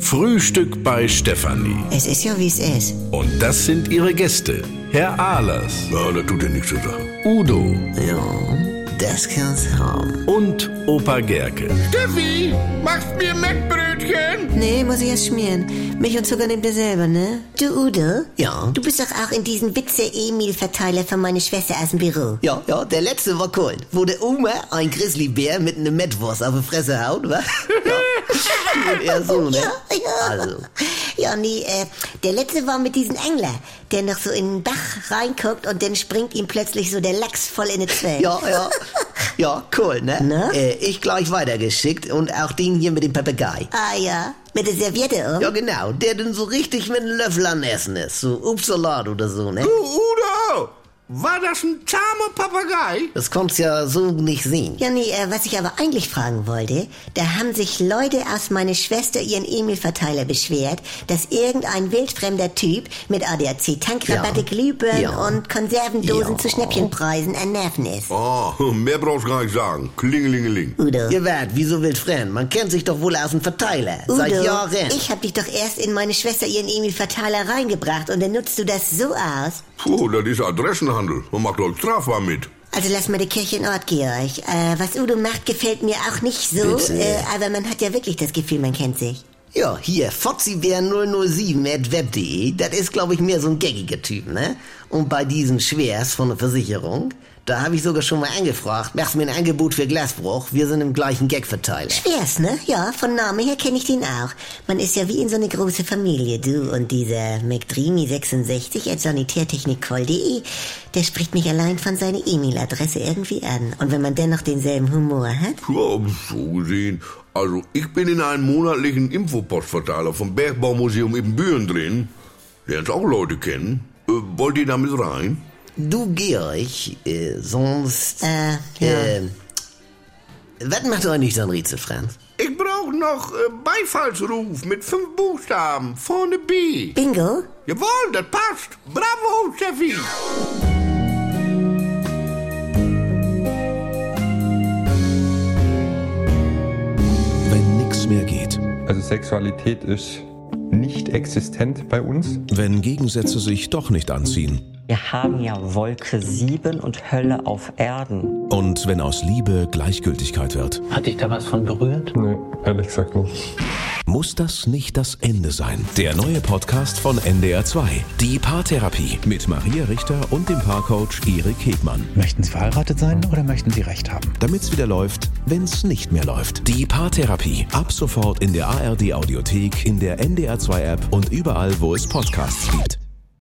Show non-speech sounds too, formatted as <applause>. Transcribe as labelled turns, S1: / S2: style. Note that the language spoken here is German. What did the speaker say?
S1: Frühstück bei Stefanie.
S2: Es ist ja, wie es ist.
S1: Und das sind ihre Gäste. Herr Ahlers,
S3: Ja, das tut dir nichts zu sagen.
S1: Udo
S2: Ja, das kann's haben.
S1: und Opa Gerke.
S4: Steffi, machst mir Mettbrötchen?
S2: Nee, muss ich erst schmieren. Milch und Zucker nehmt ihr selber, ne? Du, Udo?
S5: Ja.
S2: Du bist doch auch in diesem Witze-Emil-Verteiler von meiner Schwester aus dem Büro.
S5: Ja, ja, der letzte war cool. Wo der Oma ein Grizzlybär mit einem Mettwurst auf die Fresse haut, wa? Ja.
S2: <laughs>
S5: Und er so, ne?
S2: ja.
S5: Also.
S2: Ja, nee, äh, der letzte war mit diesem Angler, der noch so in den Bach reinguckt und dann springt ihm plötzlich so der Lachs voll in die Zähne.
S5: Ja, ja. Ja, cool, ne?
S2: Ne?
S5: Äh, ich gleich weitergeschickt und auch den hier mit dem Papagei.
S2: Ah ja, mit der Serviette um.
S5: Ja, genau, der denn so richtig mit einem Löffel an Essen ist. So Upsalat oder so, ne?
S4: Du, Oh, Udo, war das ein zahmer Papagei?
S5: Das konnt's ja so nicht sehen.
S2: Ja, nee, äh, was ich aber eigentlich fragen wollte, da haben sich Leute aus meiner Schwester ihren Emil-Verteiler beschwert, dass irgendein wildfremder Typ mit ADAC Tankrabatte,
S5: Ja.
S2: Glühbirnen
S5: Ja.
S2: und Konservendosen
S5: Ja.
S2: zu Schnäppchenpreisen an Nerven ist.
S3: Oh, mehr brauchst du gar nicht sagen. Klingelingeling.
S2: Udo.
S5: Ihr werdet, wieso wildfremd? Man kennt sich doch wohl aus dem Verteiler. Seit
S2: Udo,
S5: Jahren.
S2: ich hab dich doch erst in meine Schwester ihren Emil-Verteiler reingebracht und dann nutzt du das so aus.
S3: Puh, das ist Adressenhandel. Man macht euch strafbar mit.
S2: Also lass mal die Kirche in Ort, Georg. Äh, was Udo macht, gefällt mir auch nicht so,
S5: Bitte.
S2: äh, aber man hat ja wirklich das Gefühl, man kennt sich.
S5: Ja, hier, fotzibär007 at web.de, das ist, glaube ich, mehr so ein gaggiger Typ, ne? Und bei diesen Schwers von der Versicherung, da habe ich sogar schon mal angefragt, machst mir ein Angebot für Glasbruch, wir sind im gleichen Gagverteiler.
S2: Schwer's, ne? Ja, von Name her kenne ich den auch. Man ist ja wie in so eine große Familie, du und dieser McDreamy66 at sanitärtechnikcall.de, der spricht mich allein von seiner E-Mail-Adresse irgendwie an. Und wenn man dennoch denselben Humor hat,
S3: Ja, so gesehen. Also, ich bin in einem monatlichen Infopostverteiler vom Bergbaumuseum in Büren drin. Lernst auch Leute kennen. Äh, wollt ihr damit rein?
S5: Du, Georg, äh, sonst,
S2: äh, ja.
S5: ähm, was macht eigentlich so ein Rätsel, Franz?
S4: Ich brauch noch äh, Beifallsruf mit fünf Buchstaben, vorne B.
S2: Bingo?
S4: Jawohl, das passt. Bravo, Steffi.
S6: Wenn nichts mehr geht.
S7: Also Sexualität ist nicht existent bei uns.
S6: Wenn Gegensätze sich doch nicht anziehen.
S8: Wir haben ja Wolke 7 und Hölle auf Erden.
S6: Und wenn aus Liebe Gleichgültigkeit wird.
S9: Hat dich da was von berührt?
S7: Nee, ehrlich gesagt nicht.
S6: Muss das nicht das Ende sein? Der neue Podcast von NDR2. Die Paartherapie. Mit Maria Richter und dem Paarcoach Erik Hegmann.
S10: Möchten Sie verheiratet sein oder möchten Sie Recht haben?
S6: Damit's wieder läuft, wenn's nicht mehr läuft. Die Paartherapie. Ab sofort in der ARD Audiothek, in der NDR2 App und überall, wo es Podcasts gibt.